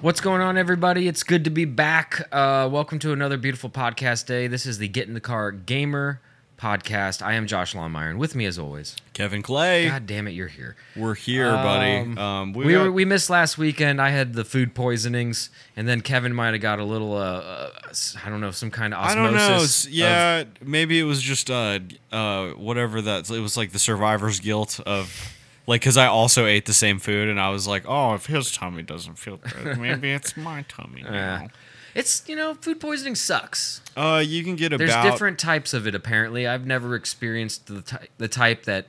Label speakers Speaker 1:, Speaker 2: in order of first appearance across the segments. Speaker 1: What's going on, everybody? It's good to be back. Uh, welcome to another beautiful podcast day. This is the Get in the Car Gamer podcast. I am Josh Longmire, and with me, as always,
Speaker 2: Kevin Clay,
Speaker 1: God damn it, you're here.
Speaker 2: we're here,
Speaker 1: Um,
Speaker 2: buddy. Um, we
Speaker 1: we,
Speaker 2: got-
Speaker 1: were, we missed last weekend. I had the food poisonings, and then Kevin might have got a little, uh, uh, s- I don't know, some kind of
Speaker 2: I
Speaker 1: osmosis.
Speaker 2: don't know. s-
Speaker 1: of-
Speaker 2: Yeah, maybe it was just uh, uh, whatever that. It was like the survivor's guilt of, like, because I also ate the same food, and I was like, oh, if his tummy doesn't feel good, maybe it's my tummy now.
Speaker 1: it's you know, food poisoning sucks.
Speaker 2: Uh, you can get about.
Speaker 1: There's different types of it. Apparently, I've never experienced the ty- the type that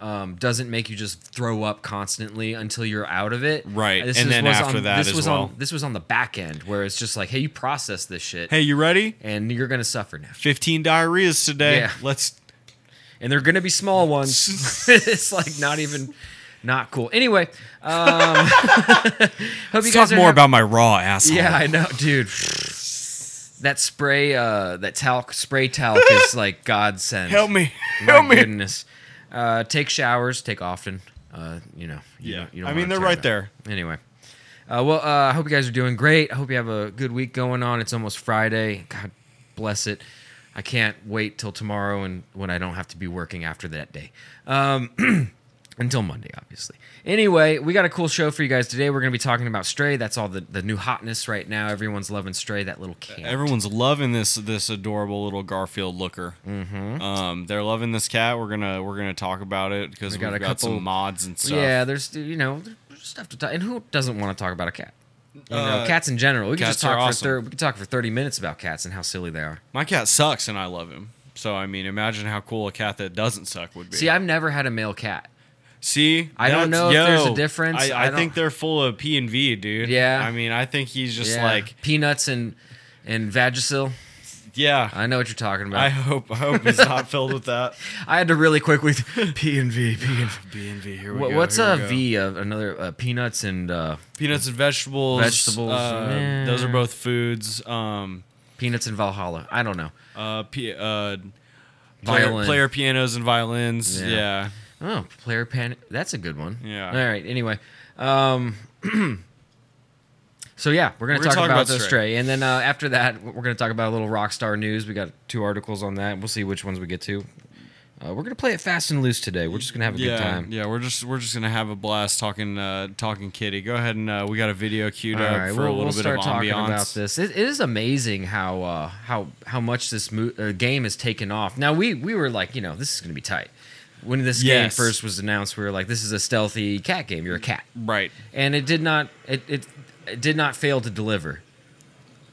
Speaker 1: um, doesn't make you just throw up constantly until you're out of it.
Speaker 2: Right,
Speaker 1: This
Speaker 2: and
Speaker 1: is-
Speaker 2: then
Speaker 1: was
Speaker 2: after
Speaker 1: on,
Speaker 2: that
Speaker 1: this
Speaker 2: as
Speaker 1: was
Speaker 2: well.
Speaker 1: on this was on the back end where it's just like, hey, you process this shit,
Speaker 2: Hey, you ready?
Speaker 1: and you're gonna suffer now,
Speaker 2: Fifteen diarrheas today.
Speaker 1: Yeah.
Speaker 2: Let's
Speaker 1: and they're gonna be small ones. it's like not even. Not cool. Anyway, um, hope you
Speaker 2: talk
Speaker 1: guys are
Speaker 2: more
Speaker 1: happy-
Speaker 2: about my raw asshole.
Speaker 1: Yeah, I know, dude. That spray, uh, that talc spray talc is like godsend.
Speaker 2: Help me.
Speaker 1: My
Speaker 2: Help me.
Speaker 1: goodness. Uh, take showers. Take often. Uh, you know. You
Speaker 2: Yeah.
Speaker 1: Don't, you don't
Speaker 2: I mean,
Speaker 1: wanna
Speaker 2: they're
Speaker 1: tear
Speaker 2: right
Speaker 1: it up.
Speaker 2: there.
Speaker 1: Anyway. Uh, well, uh, I hope you guys are doing great. I hope you have a good week going on. It's almost Friday. God bless it. I can't wait till tomorrow and when I don't have to be working after that day. Um, until Monday, obviously. Anyway, we got a cool show for you guys today. We're going to be talking about Stray. That's all the, the new hotness right now. Everyone's loving Stray, that little cat.
Speaker 2: Everyone's loving this this adorable little Garfield looker. Mm-hmm. Um, they're loving this cat. We're gonna we're gonna talk about it because we
Speaker 1: We got
Speaker 2: have
Speaker 1: a
Speaker 2: got some
Speaker 1: couple-
Speaker 2: mods and stuff.
Speaker 1: Yeah, there's you know there's stuff to talk, and who doesn't want to talk about a cat? You
Speaker 2: Uh,
Speaker 1: know, cats in general. We can
Speaker 2: cats
Speaker 1: just talk
Speaker 2: are
Speaker 1: for
Speaker 2: awesome.
Speaker 1: thir- we can talk for thirty minutes about cats and how silly they are.
Speaker 2: My cat sucks, and I love him. So I mean, imagine how cool a cat that doesn't suck would be.
Speaker 1: See, I've never had a male cat.
Speaker 2: See,
Speaker 1: I
Speaker 2: That's-
Speaker 1: don't know if there's a
Speaker 2: yo,
Speaker 1: difference.
Speaker 2: I, I,
Speaker 1: I don't-
Speaker 2: think they're full of P and V, dude.
Speaker 1: Yeah.
Speaker 2: I mean, I think he's just
Speaker 1: Yeah.
Speaker 2: like,
Speaker 1: peanuts and and Vagisil.
Speaker 2: yeah. I,
Speaker 1: I know what you're talking about. I,
Speaker 2: hope I hope he's not filled with that.
Speaker 1: had to really quickly P and V. P and
Speaker 2: P and V. Here we
Speaker 1: What,
Speaker 2: go.
Speaker 1: what's
Speaker 2: here
Speaker 1: a
Speaker 2: we go.
Speaker 1: V of another uh, peanuts and uh,
Speaker 2: Peanuts and vegetables.
Speaker 1: Vegetables,
Speaker 2: uh,
Speaker 1: yeah.
Speaker 2: Those are both foods. Um,
Speaker 1: peanuts and Valhalla? I don't know.
Speaker 2: uh, p- uh, player,
Speaker 1: Violin.
Speaker 2: player pianos and violins. Yeah.
Speaker 1: Yeah. Oh, player pan. That's a good one.
Speaker 2: Yeah.
Speaker 1: All right. Anyway, um, so yeah, we're gonna, talk, about, the stray. and then uh, after that, we're gonna talk about a little rock star news. We got two articles on that. We'll see which ones we get to. Uh, we're gonna play it fast and loose today. We're just gonna have a
Speaker 2: Yeah,
Speaker 1: good time.
Speaker 2: yeah, we're just we're just gonna have a blast talking uh, talking kitty. Go ahead and uh, we got a video queued
Speaker 1: All
Speaker 2: up
Speaker 1: right,
Speaker 2: for
Speaker 1: we'll,
Speaker 2: a little
Speaker 1: we'll
Speaker 2: bit
Speaker 1: start
Speaker 2: of
Speaker 1: talking
Speaker 2: ambiance.
Speaker 1: about this. It, it is amazing how uh, how how much this mo- uh, game has taken off. Now we we were like, you know, this is going to be tight. When this game
Speaker 2: Yes.
Speaker 1: first was announced, we were like, this is a stealthy cat game. You're a cat,
Speaker 2: Right.
Speaker 1: and it did not it it, it did not fail to deliver.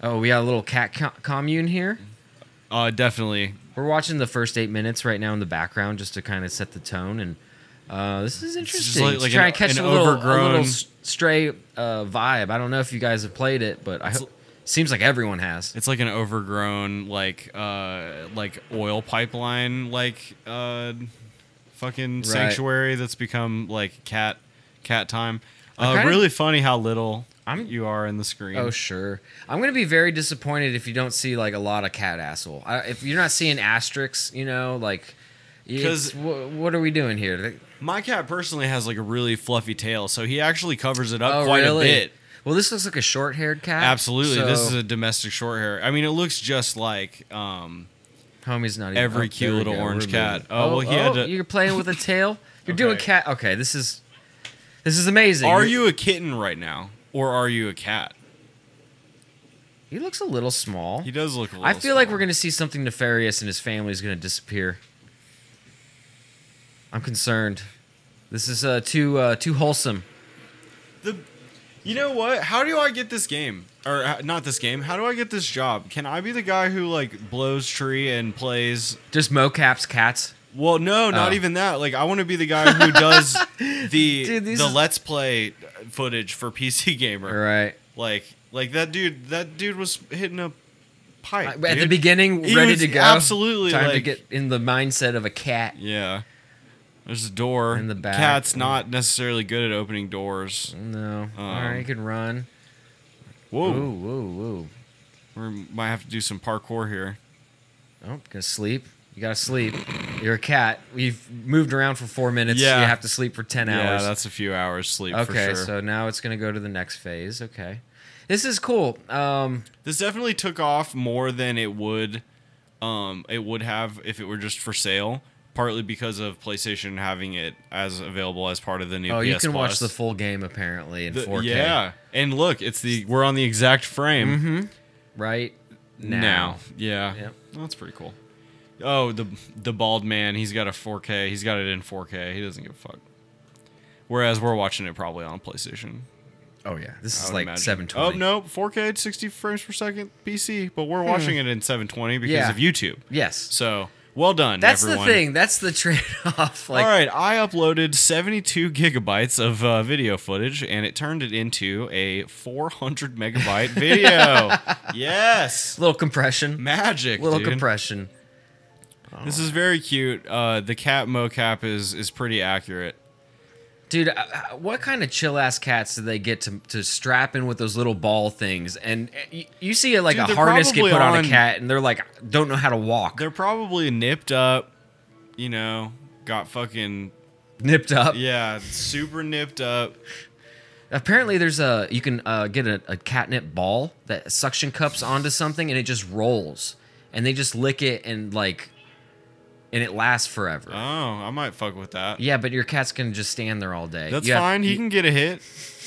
Speaker 1: Oh, we got a little cat co- commune here.
Speaker 2: Uh, definitely.
Speaker 1: We're watching the first eight minutes right now in the background just to kind of set the tone, and uh, this is
Speaker 2: just
Speaker 1: interesting.
Speaker 2: like-
Speaker 1: Like,
Speaker 2: like
Speaker 1: try
Speaker 2: an-
Speaker 1: and catch
Speaker 2: an
Speaker 1: a little, a
Speaker 2: overgrown-
Speaker 1: little s- stray uh, vibe. I don't know if you guys have played it, but I ho- seems like everyone has.
Speaker 2: It's like an overgrown like uh like oil pipeline like uh fucking sanctuary that's become like cat cat time. Uh,
Speaker 1: kinda-
Speaker 2: really funny how little
Speaker 1: I'm-
Speaker 2: you are in the screen.
Speaker 1: Oh sure, I'm gonna be very disappointed if you don't see like a lot of cat asshole. I, if you're not seeing asterisks, you know, like,
Speaker 2: 'Cause-
Speaker 1: because what are we doing here?
Speaker 2: My cat personally has like a really fluffy tail, so he actually covers it up
Speaker 1: Oh
Speaker 2: quite
Speaker 1: really?
Speaker 2: a bit.
Speaker 1: Well, this looks like a short-haired cat.
Speaker 2: Absolutely, this
Speaker 1: so
Speaker 2: is a domestic short hair. I mean, it looks just like um,
Speaker 1: Homie's not even
Speaker 2: every
Speaker 1: oh,
Speaker 2: cute
Speaker 1: there we
Speaker 2: little
Speaker 1: go,
Speaker 2: orange
Speaker 1: remove
Speaker 2: cat.
Speaker 1: it.
Speaker 2: Oh, well, he had to-
Speaker 1: You're playing with a tail. You're doing
Speaker 2: Okay.
Speaker 1: cat. Okay, this is this is amazing.
Speaker 2: Are
Speaker 1: You're-
Speaker 2: you a kitten right now, or are you a cat?
Speaker 1: He looks a little small.
Speaker 2: He does look. a little
Speaker 1: I feel like
Speaker 2: small.
Speaker 1: we're gonna see something nefarious, and his family is gonna disappear. I'm concerned. This is uh, too uh, too wholesome.
Speaker 2: The, you know what? How do I get this game? Or uh, not this game? How do I get this job? Can I be the guy who like blows tree and plays?
Speaker 1: Just mocaps cats.
Speaker 2: Well, no, not
Speaker 1: Oh.
Speaker 2: even that. Like, I want to be the guy who does the
Speaker 1: Dude,
Speaker 2: the
Speaker 1: these is-
Speaker 2: Let's Play footage for PC Gamer.
Speaker 1: All right.
Speaker 2: Like, like that dude. That dude was hitting a pipe
Speaker 1: At the
Speaker 2: dude.
Speaker 1: beginning,
Speaker 2: He
Speaker 1: ready
Speaker 2: was
Speaker 1: to go.
Speaker 2: Absolutely.
Speaker 1: Time to
Speaker 2: like-
Speaker 1: get in the mindset of a cat.
Speaker 2: Yeah. There's a door
Speaker 1: In the back.
Speaker 2: Cat's not necessarily good at opening doors.
Speaker 1: No.
Speaker 2: Um,
Speaker 1: All right, you can run. Whoa,
Speaker 2: Whoa.
Speaker 1: whoa, whoa.
Speaker 2: We might have to do some parkour here.
Speaker 1: Oh, gonna sleep. You gotta sleep. You're a cat. We've moved around for four minutes.
Speaker 2: Yeah.
Speaker 1: You have to sleep for ten
Speaker 2: Yeah,
Speaker 1: hours.
Speaker 2: that's a few hours sleep for
Speaker 1: okay,
Speaker 2: sure.
Speaker 1: so now it's gonna go to the next phase. Okay. This is cool. Um,
Speaker 2: This definitely took off more than it would um it would have if it were just for sale, partly because of PlayStation having it as available as part of the new
Speaker 1: oh,
Speaker 2: PS
Speaker 1: you can watch
Speaker 2: Plus.
Speaker 1: the full game apparently in
Speaker 2: The-
Speaker 1: 4K.
Speaker 2: Yeah. And look, it's the we're on the exact frame
Speaker 1: Mm-hmm. Right now.
Speaker 2: now. Yeah.
Speaker 1: Yep.
Speaker 2: That's pretty cool. Oh, the the bald man, he's got a 4K. He's got it in 4K. He doesn't give a fuck. Whereas we're watching it probably on PlayStation.
Speaker 1: Oh yeah. This
Speaker 2: I
Speaker 1: is
Speaker 2: would
Speaker 1: like
Speaker 2: imagine.
Speaker 1: 720.
Speaker 2: Oh no, 4K, 60 frames per second PC, but we're watching it in 720 because
Speaker 1: Hmm. Yeah.
Speaker 2: of YouTube.
Speaker 1: Yes.
Speaker 2: So well done.
Speaker 1: That's
Speaker 2: everyone.
Speaker 1: the thing. That's the trade-off. Like,
Speaker 2: All right, I uploaded 72 gigabytes of uh, video footage, and it turned it into a 400 megabyte video. yes,
Speaker 1: little compression.
Speaker 2: magic.
Speaker 1: Little
Speaker 2: dude.
Speaker 1: compression.
Speaker 2: This is very cute. Uh, the cat mocap is is pretty accurate.
Speaker 1: Dude, uh, uh, what kind of chill ass cats do they get to, to strap in with those little ball things? And uh, you, you see uh, like
Speaker 2: Dude,
Speaker 1: a
Speaker 2: they're
Speaker 1: harness get
Speaker 2: probably
Speaker 1: put on,
Speaker 2: on-
Speaker 1: a cat, and they're like, don't know how to walk,
Speaker 2: They're probably nipped up, you know, got fucking
Speaker 1: nipped up.
Speaker 2: yeah, super nipped up.
Speaker 1: Apparently, there's a you can uh, get a, a catnip ball that suction cups onto something, and it just rolls, and they just lick it and like, and it lasts forever.
Speaker 2: Oh, I might fuck with that.
Speaker 1: yeah, but your cat's gonna just stand there all day.
Speaker 2: That's
Speaker 1: You have-
Speaker 2: fine. he
Speaker 1: you-
Speaker 2: can get a hit.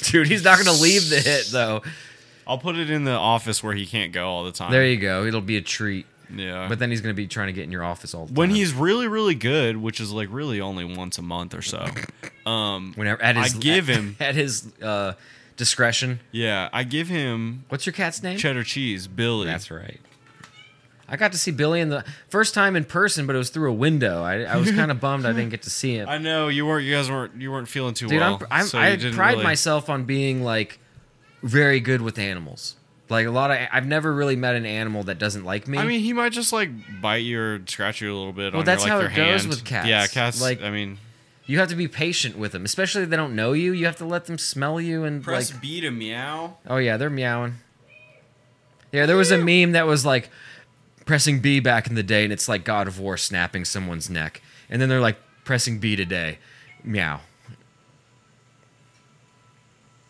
Speaker 1: dude, he's not gonna leave the hit though.
Speaker 2: I'll put it in the office where he can't go all the time.
Speaker 1: There you go. It'll be a treat.
Speaker 2: yeah.
Speaker 1: But then he's gonna be trying to get in your office all the
Speaker 2: when
Speaker 1: time.
Speaker 2: he's really really good which is like really only once a month or so um
Speaker 1: whenever at
Speaker 2: I
Speaker 1: his
Speaker 2: give him-
Speaker 1: at his uh, discretion.
Speaker 2: yeah i give him
Speaker 1: What's your cat's name?
Speaker 2: cheddar cheese billy
Speaker 1: That's right. I got to see Billy in the first time in person, but it was through a window. I, I was kind of bummed I didn't get to see him.
Speaker 2: i know you weren't you guys weren't you weren't feeling too
Speaker 1: Dude,
Speaker 2: well
Speaker 1: I'm, I'm,
Speaker 2: so you
Speaker 1: I
Speaker 2: didn't
Speaker 1: pride
Speaker 2: really-
Speaker 1: myself on being like very good with animals. Like a lot of, I've never really met an animal that doesn't like me.
Speaker 2: i mean he might just like bite you or scratch you a little bit
Speaker 1: Well,
Speaker 2: on
Speaker 1: that's
Speaker 2: your,
Speaker 1: how
Speaker 2: like,
Speaker 1: it
Speaker 2: their
Speaker 1: goes
Speaker 2: hand.
Speaker 1: with cats.
Speaker 2: yeah cats like
Speaker 1: Like-
Speaker 2: i mean
Speaker 1: you have to be patient with them, especially if they don't know you. You have to let them smell you and like
Speaker 2: b to meow
Speaker 1: Oh yeah, they're meowing. Yeah, there was a meme that was like pressing B back in the day, and it's like God of War snapping someone's neck, and then they're like pressing B today, meow,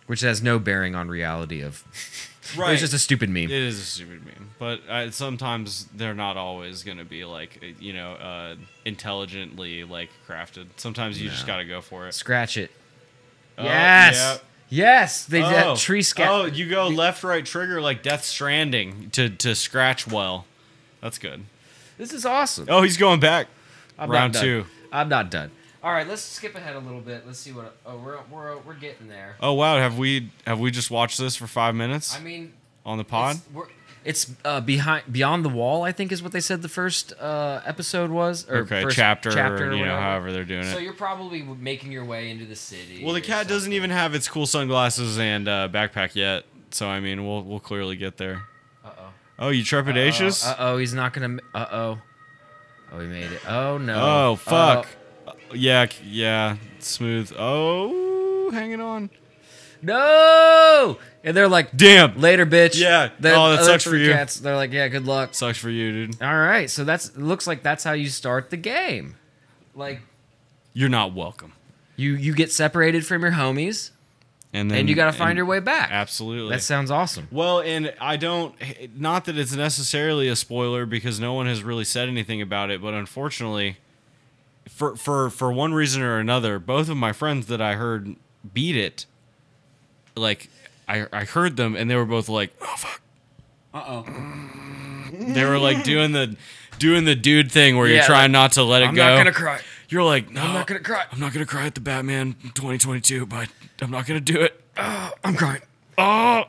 Speaker 1: which has no bearing on reality of. It
Speaker 2: right
Speaker 1: was just a stupid meme.
Speaker 2: it is a stupid meme, but uh, sometimes they're not always going to be like uh, you know uh, intelligently like crafted. Sometimes you just got to go for it.
Speaker 1: Scratch it.
Speaker 2: Oh,
Speaker 1: yes.
Speaker 2: yep.
Speaker 1: Yes, they
Speaker 2: Oh.
Speaker 1: that tree scat.
Speaker 2: Oh, you go left, right trigger like Death Stranding to to scratch well. That's good.
Speaker 1: This is awesome.
Speaker 2: Oh, he's going back.
Speaker 1: I'm
Speaker 2: Round
Speaker 1: not done.
Speaker 2: two.
Speaker 1: I'm not done. All right, let's skip ahead a little bit. Let's see what. Oh, we're we're we're getting there.
Speaker 2: Oh wow, have we have we just watched this for five minutes
Speaker 1: I mean,
Speaker 2: on the pod?
Speaker 1: It's, we're- it's, uh, behind beyond the wall. I think is what they said the first uh, episode was, or
Speaker 2: Okay,
Speaker 1: first
Speaker 2: chapter,
Speaker 1: chapter or
Speaker 2: you know,
Speaker 1: whatever.
Speaker 2: however they're doing
Speaker 1: So
Speaker 2: it.
Speaker 1: you're probably w- making your way into the city.
Speaker 2: Well, the
Speaker 1: or
Speaker 2: cat doesn't
Speaker 1: something.
Speaker 2: even have its cool sunglasses and uh, backpack yet, so I mean, we'll we'll clearly get there.
Speaker 1: Uh-oh.
Speaker 2: Oh, you trepidatious?
Speaker 1: Uh oh, he's not gonna. Uh oh. Oh, he made it. Oh no.
Speaker 2: oh fuck.
Speaker 1: Oh,
Speaker 2: Yeah, c- yeah, smooth. Oh, hanging on.
Speaker 1: no. And they're like,
Speaker 2: Damn.
Speaker 1: later, bitch.
Speaker 2: Yeah.
Speaker 1: The
Speaker 2: Oh, that
Speaker 1: other
Speaker 2: sucks for
Speaker 1: three
Speaker 2: you.
Speaker 1: Cats, they're like, yeah, good luck.
Speaker 2: Sucks for you, dude.
Speaker 1: All right, so that's looks like that's how you start the game. Like
Speaker 2: You're not welcome.
Speaker 1: you you get separated from your homies,
Speaker 2: And then
Speaker 1: and, you got to find
Speaker 2: and-
Speaker 1: your way back.
Speaker 2: Absolutely.
Speaker 1: That sounds awesome.
Speaker 2: well, and I don't. Not that it's necessarily a spoiler because no one has really said anything about it, but unfortunately, for for for one reason or another, both of my friends that I heard beat it, like I I heard them and they were both like, oh fuck, uh oh. They were like doing the doing the dude thing where you're
Speaker 1: Yeah,
Speaker 2: trying not to let it
Speaker 1: I'm
Speaker 2: go.
Speaker 1: not gonna cry.
Speaker 2: You're like, no,
Speaker 1: I'm not gonna cry.
Speaker 2: I'm not gonna cry at the Batman 2022, but I'm not gonna do it.
Speaker 1: I'm crying.
Speaker 2: oh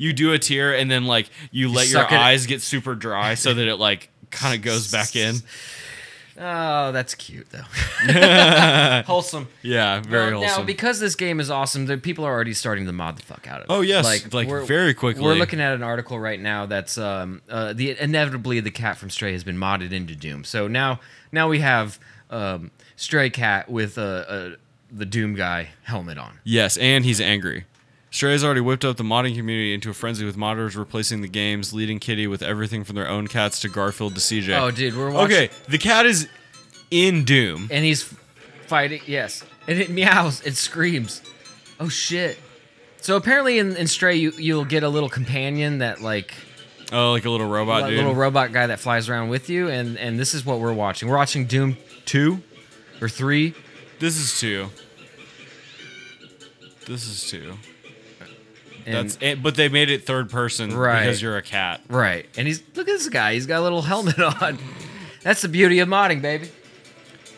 Speaker 2: you do a tear and then like you, let your
Speaker 1: suck it-
Speaker 2: eyes get super dry so that it like kind of goes back in
Speaker 1: Oh, that's cute though. Wholesome.
Speaker 2: Yeah, very
Speaker 1: Well,
Speaker 2: wholesome.
Speaker 1: Now, because this game is awesome, the people are already starting to mod the fuck out of it.
Speaker 2: Oh, yes, like,
Speaker 1: we're-
Speaker 2: very quickly.
Speaker 1: We're looking at an article right now that's um, uh, the inevitably the cat from Stray has been modded into Doom. So now now we have um, Stray Cat with uh, uh, the Doom guy helmet on.
Speaker 2: yes, and he's angry. Stray has already whipped up the modding community into a frenzy with modders replacing the games, leading Kitty with everything from their own cats to Garfield to CJ.
Speaker 1: Oh, dude, we're watching.
Speaker 2: Okay, the cat is in Doom.
Speaker 1: and he's fighting. Yes, and it meows. It screams. Oh shit! So apparently in, in Stray you you'll get a little companion that like
Speaker 2: Oh, like a little robot
Speaker 1: a
Speaker 2: dude.
Speaker 1: little robot guy that flies around with you, and and this is what we're watching. We're watching Doom two or three.
Speaker 2: this is two. This is two.
Speaker 1: And,
Speaker 2: That's it, but they made it third person
Speaker 1: Right.
Speaker 2: because you're a cat.
Speaker 1: right. And he's look at this guy. He's got a little helmet on. That's the beauty of modding, baby.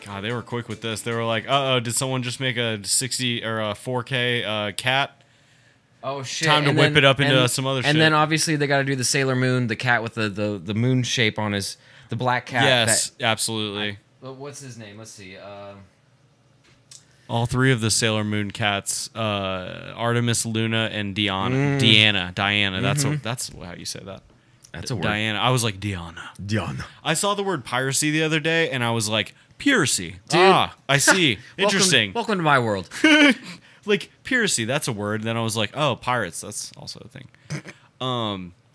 Speaker 2: God, they were quick with this. They were like, "Uh oh, did someone just make a 60 or a 4K uh, cat?"
Speaker 1: Oh shit!
Speaker 2: Time to
Speaker 1: And
Speaker 2: whip
Speaker 1: then-
Speaker 2: it up into
Speaker 1: and-
Speaker 2: some other
Speaker 1: And
Speaker 2: shit.
Speaker 1: then obviously they got to do the Sailor Moon, the cat with the the, the moon shape on his the black cat.
Speaker 2: yes, absolutely.
Speaker 1: that- what's his name? Let's see. Um
Speaker 2: All three of the Sailor Moon cats, uh, Artemis, Luna, and
Speaker 1: Mm.
Speaker 2: Deanna. Deanna, Diana. That's a, that's how you say that.
Speaker 1: That's Mm-hmm. a word.
Speaker 2: Diana. I was like Deanna.
Speaker 1: Diana.
Speaker 2: I saw the word piracy the other day, and I was like, piracy.
Speaker 1: Dude.
Speaker 2: Ah, I see. Interesting.
Speaker 1: Welcome, to my world.
Speaker 2: like piracy, that's a word. Then I was like, oh, pirates. That's also a thing.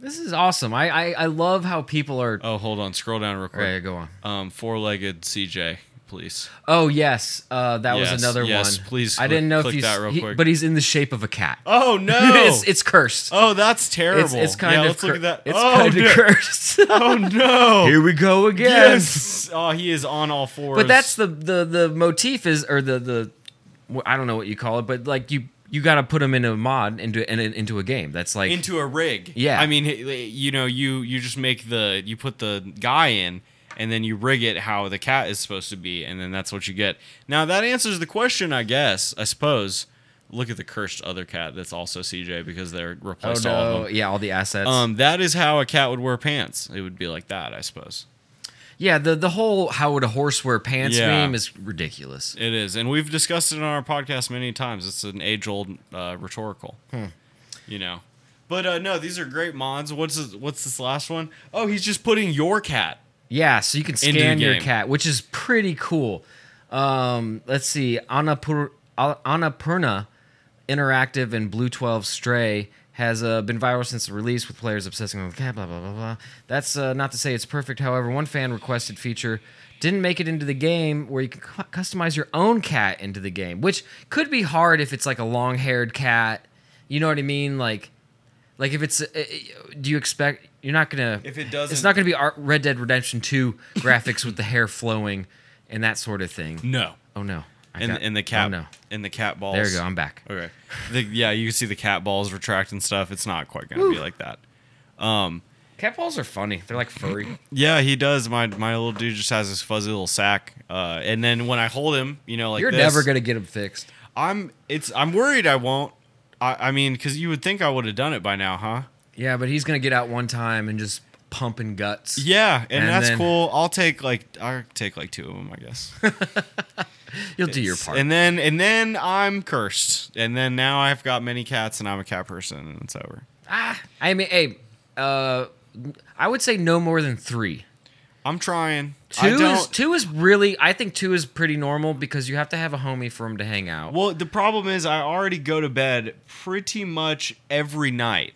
Speaker 1: This is awesome. I I, I love how people are.
Speaker 2: Oh, hold on. Scroll down real quick.
Speaker 1: Right, go on.
Speaker 2: Um, four-legged CJ, please.
Speaker 1: Oh yes, uh, that
Speaker 2: Yes,
Speaker 1: was another
Speaker 2: yes,
Speaker 1: one.
Speaker 2: please
Speaker 1: I didn't
Speaker 2: click-
Speaker 1: know
Speaker 2: click
Speaker 1: if he's,
Speaker 2: that real
Speaker 1: he-
Speaker 2: quick.
Speaker 1: but he's in the shape of a cat.
Speaker 2: Oh no!
Speaker 1: it's, it's cursed.
Speaker 2: oh, that's terrible.
Speaker 1: it's, it's kind
Speaker 2: yeah,
Speaker 1: of
Speaker 2: Let's look
Speaker 1: cur-
Speaker 2: at that.
Speaker 1: It's
Speaker 2: oh,
Speaker 1: kind of
Speaker 2: no.
Speaker 1: cursed.
Speaker 2: oh no!
Speaker 1: Here we go again.
Speaker 2: Yes. Oh, he is on all fours.
Speaker 1: But that's the the the motif is or the the wh- I don't know what you call it, but like you you got to put him in a mod into and into a game. That's like
Speaker 2: into a rig.
Speaker 1: Yeah.
Speaker 2: I mean, you know, you you just make the you put the guy in, and then you rig it how the cat is supposed to be, and then that's what you get. Now that answers the question, I guess. I suppose. Look at the cursed other cat. That's also CJ because they're
Speaker 1: oh
Speaker 2: replaced all of
Speaker 1: no,
Speaker 2: them.
Speaker 1: yeah, all the assets.
Speaker 2: Um, that is how a cat would wear pants. It would be like that, I suppose.
Speaker 1: yeah, the the whole how would a horse wear pants
Speaker 2: Yeah.
Speaker 1: meme is ridiculous.
Speaker 2: It is, and we've discussed it on our podcast many times. It's an age-old uh, rhetorical,
Speaker 1: Hmm.
Speaker 2: you know. But uh, no, these are great mods. What's this, what's this last one? Oh, he's just putting your cat.
Speaker 1: Yeah, so you can
Speaker 2: the
Speaker 1: scan your
Speaker 2: game.
Speaker 1: cat, which is pretty cool. Um, let's see, Annapur- Al- Annapurna Interactive and Blue 12 Stray has uh, been viral since the release, with players obsessing over the cat, blah, blah, blah, blah. That's uh, not to say it's perfect. However, one fan requested feature didn't make it into the game where you can cu- customize your own cat into the game, which could be hard if it's like a long haired cat. You know what I mean? Like, like if it's, uh, uh, do you expect you're not gonna?
Speaker 2: If it doesn't-
Speaker 1: it's not gonna be Art Red Dead Redemption Two graphics with the hair flowing and that sort of thing.
Speaker 2: No,
Speaker 1: Oh no! I
Speaker 2: and
Speaker 1: got-
Speaker 2: and the
Speaker 1: Oh
Speaker 2: cat
Speaker 1: no!
Speaker 2: and the cat balls.
Speaker 1: There you go. I'm back.
Speaker 2: Okay. The, yeah, you can see the cat balls retract and stuff. It's not quite gonna be like that.
Speaker 1: Cat balls are funny. They're like furry.
Speaker 2: Yeah, he does. My my little dude just has his fuzzy little sack. Uh, and then when I hold him, you know, like
Speaker 1: You're
Speaker 2: this,
Speaker 1: never gonna get them fixed.
Speaker 2: I'm it's I'm worried I won't. I I mean, because you would think I would have done it by now, huh?
Speaker 1: Yeah, but he's gonna get out one time and just pumping guts.
Speaker 2: Yeah, and,
Speaker 1: And
Speaker 2: that's
Speaker 1: then-
Speaker 2: cool. I'll take like I'll take like two of them, I guess.
Speaker 1: You'll do your part.
Speaker 2: and then and then I'm cursed, and then now I've got many cats, and I'm a cat person, and it's over.
Speaker 1: ah, I mean, hey, uh, I would say no more than three.
Speaker 2: I'm trying. I
Speaker 1: Two
Speaker 2: don't,
Speaker 1: is two is really. I think two is pretty normal because you have to have a homie for him to hang out.
Speaker 2: Well, the problem is I already go to bed pretty much every night,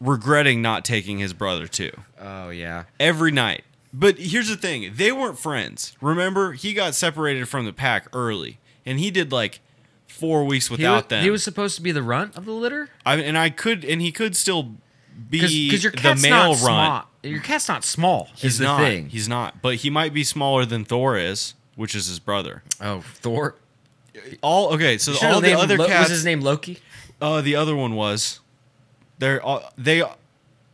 Speaker 2: regretting not taking his brother too.
Speaker 1: Oh yeah.
Speaker 2: every night. But here's the thing: they weren't friends. Remember, he got separated from the pack early, and he did like four weeks
Speaker 1: He wa-
Speaker 2: without them.
Speaker 1: He was supposed to be the runt of the litter
Speaker 2: I, and I could, and he could still be
Speaker 1: because your
Speaker 2: the
Speaker 1: cat's not
Speaker 2: male run.
Speaker 1: small. Your cat's not small.
Speaker 2: He's
Speaker 1: is the
Speaker 2: not.
Speaker 1: thing.
Speaker 2: He's not. But he might be smaller than Thor is, which is his brother.
Speaker 1: oh, Thor.
Speaker 2: All okay. So
Speaker 1: Should've
Speaker 2: all the
Speaker 1: named
Speaker 2: other
Speaker 1: Lo-
Speaker 2: cats.
Speaker 1: Was his name Loki?
Speaker 2: Uh, the other one was. They're all they.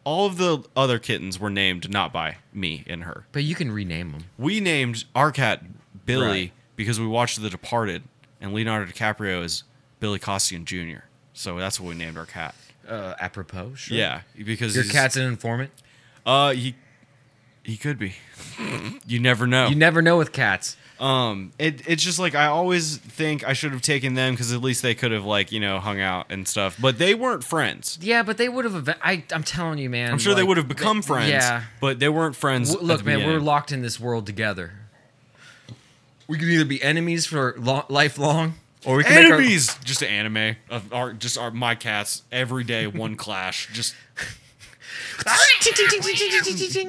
Speaker 2: All of the other kittens were named not by me and her.
Speaker 1: But you can rename him.
Speaker 2: we named our cat Billy
Speaker 1: Right.
Speaker 2: because we watched The Departed, and Leonardo DiCaprio is Billy Costian Jr. So that's what we named our cat.
Speaker 1: Uh, apropos. Sure.
Speaker 2: Yeah, because
Speaker 1: Your
Speaker 2: he's-
Speaker 1: cat's an informant.
Speaker 2: Uh, he He could be. You never know.
Speaker 1: You never know with cats.
Speaker 2: um, it, it's just like I always think I should have taken them because at least they could have like you know hung out and stuff. But they weren't friends.
Speaker 1: Yeah, but they would have. eve- I, I'm telling you, man.
Speaker 2: I'm sure they
Speaker 1: like,
Speaker 2: would have become friends.
Speaker 1: Yeah.
Speaker 2: but they weren't friends. at
Speaker 1: W- look,
Speaker 2: the
Speaker 1: man, we're
Speaker 2: beginning.
Speaker 1: locked in this world together. We can either be enemies for lo- lifelong, or we can make our-
Speaker 2: enemies. Just an anime of our just our my cats every day one clash. Just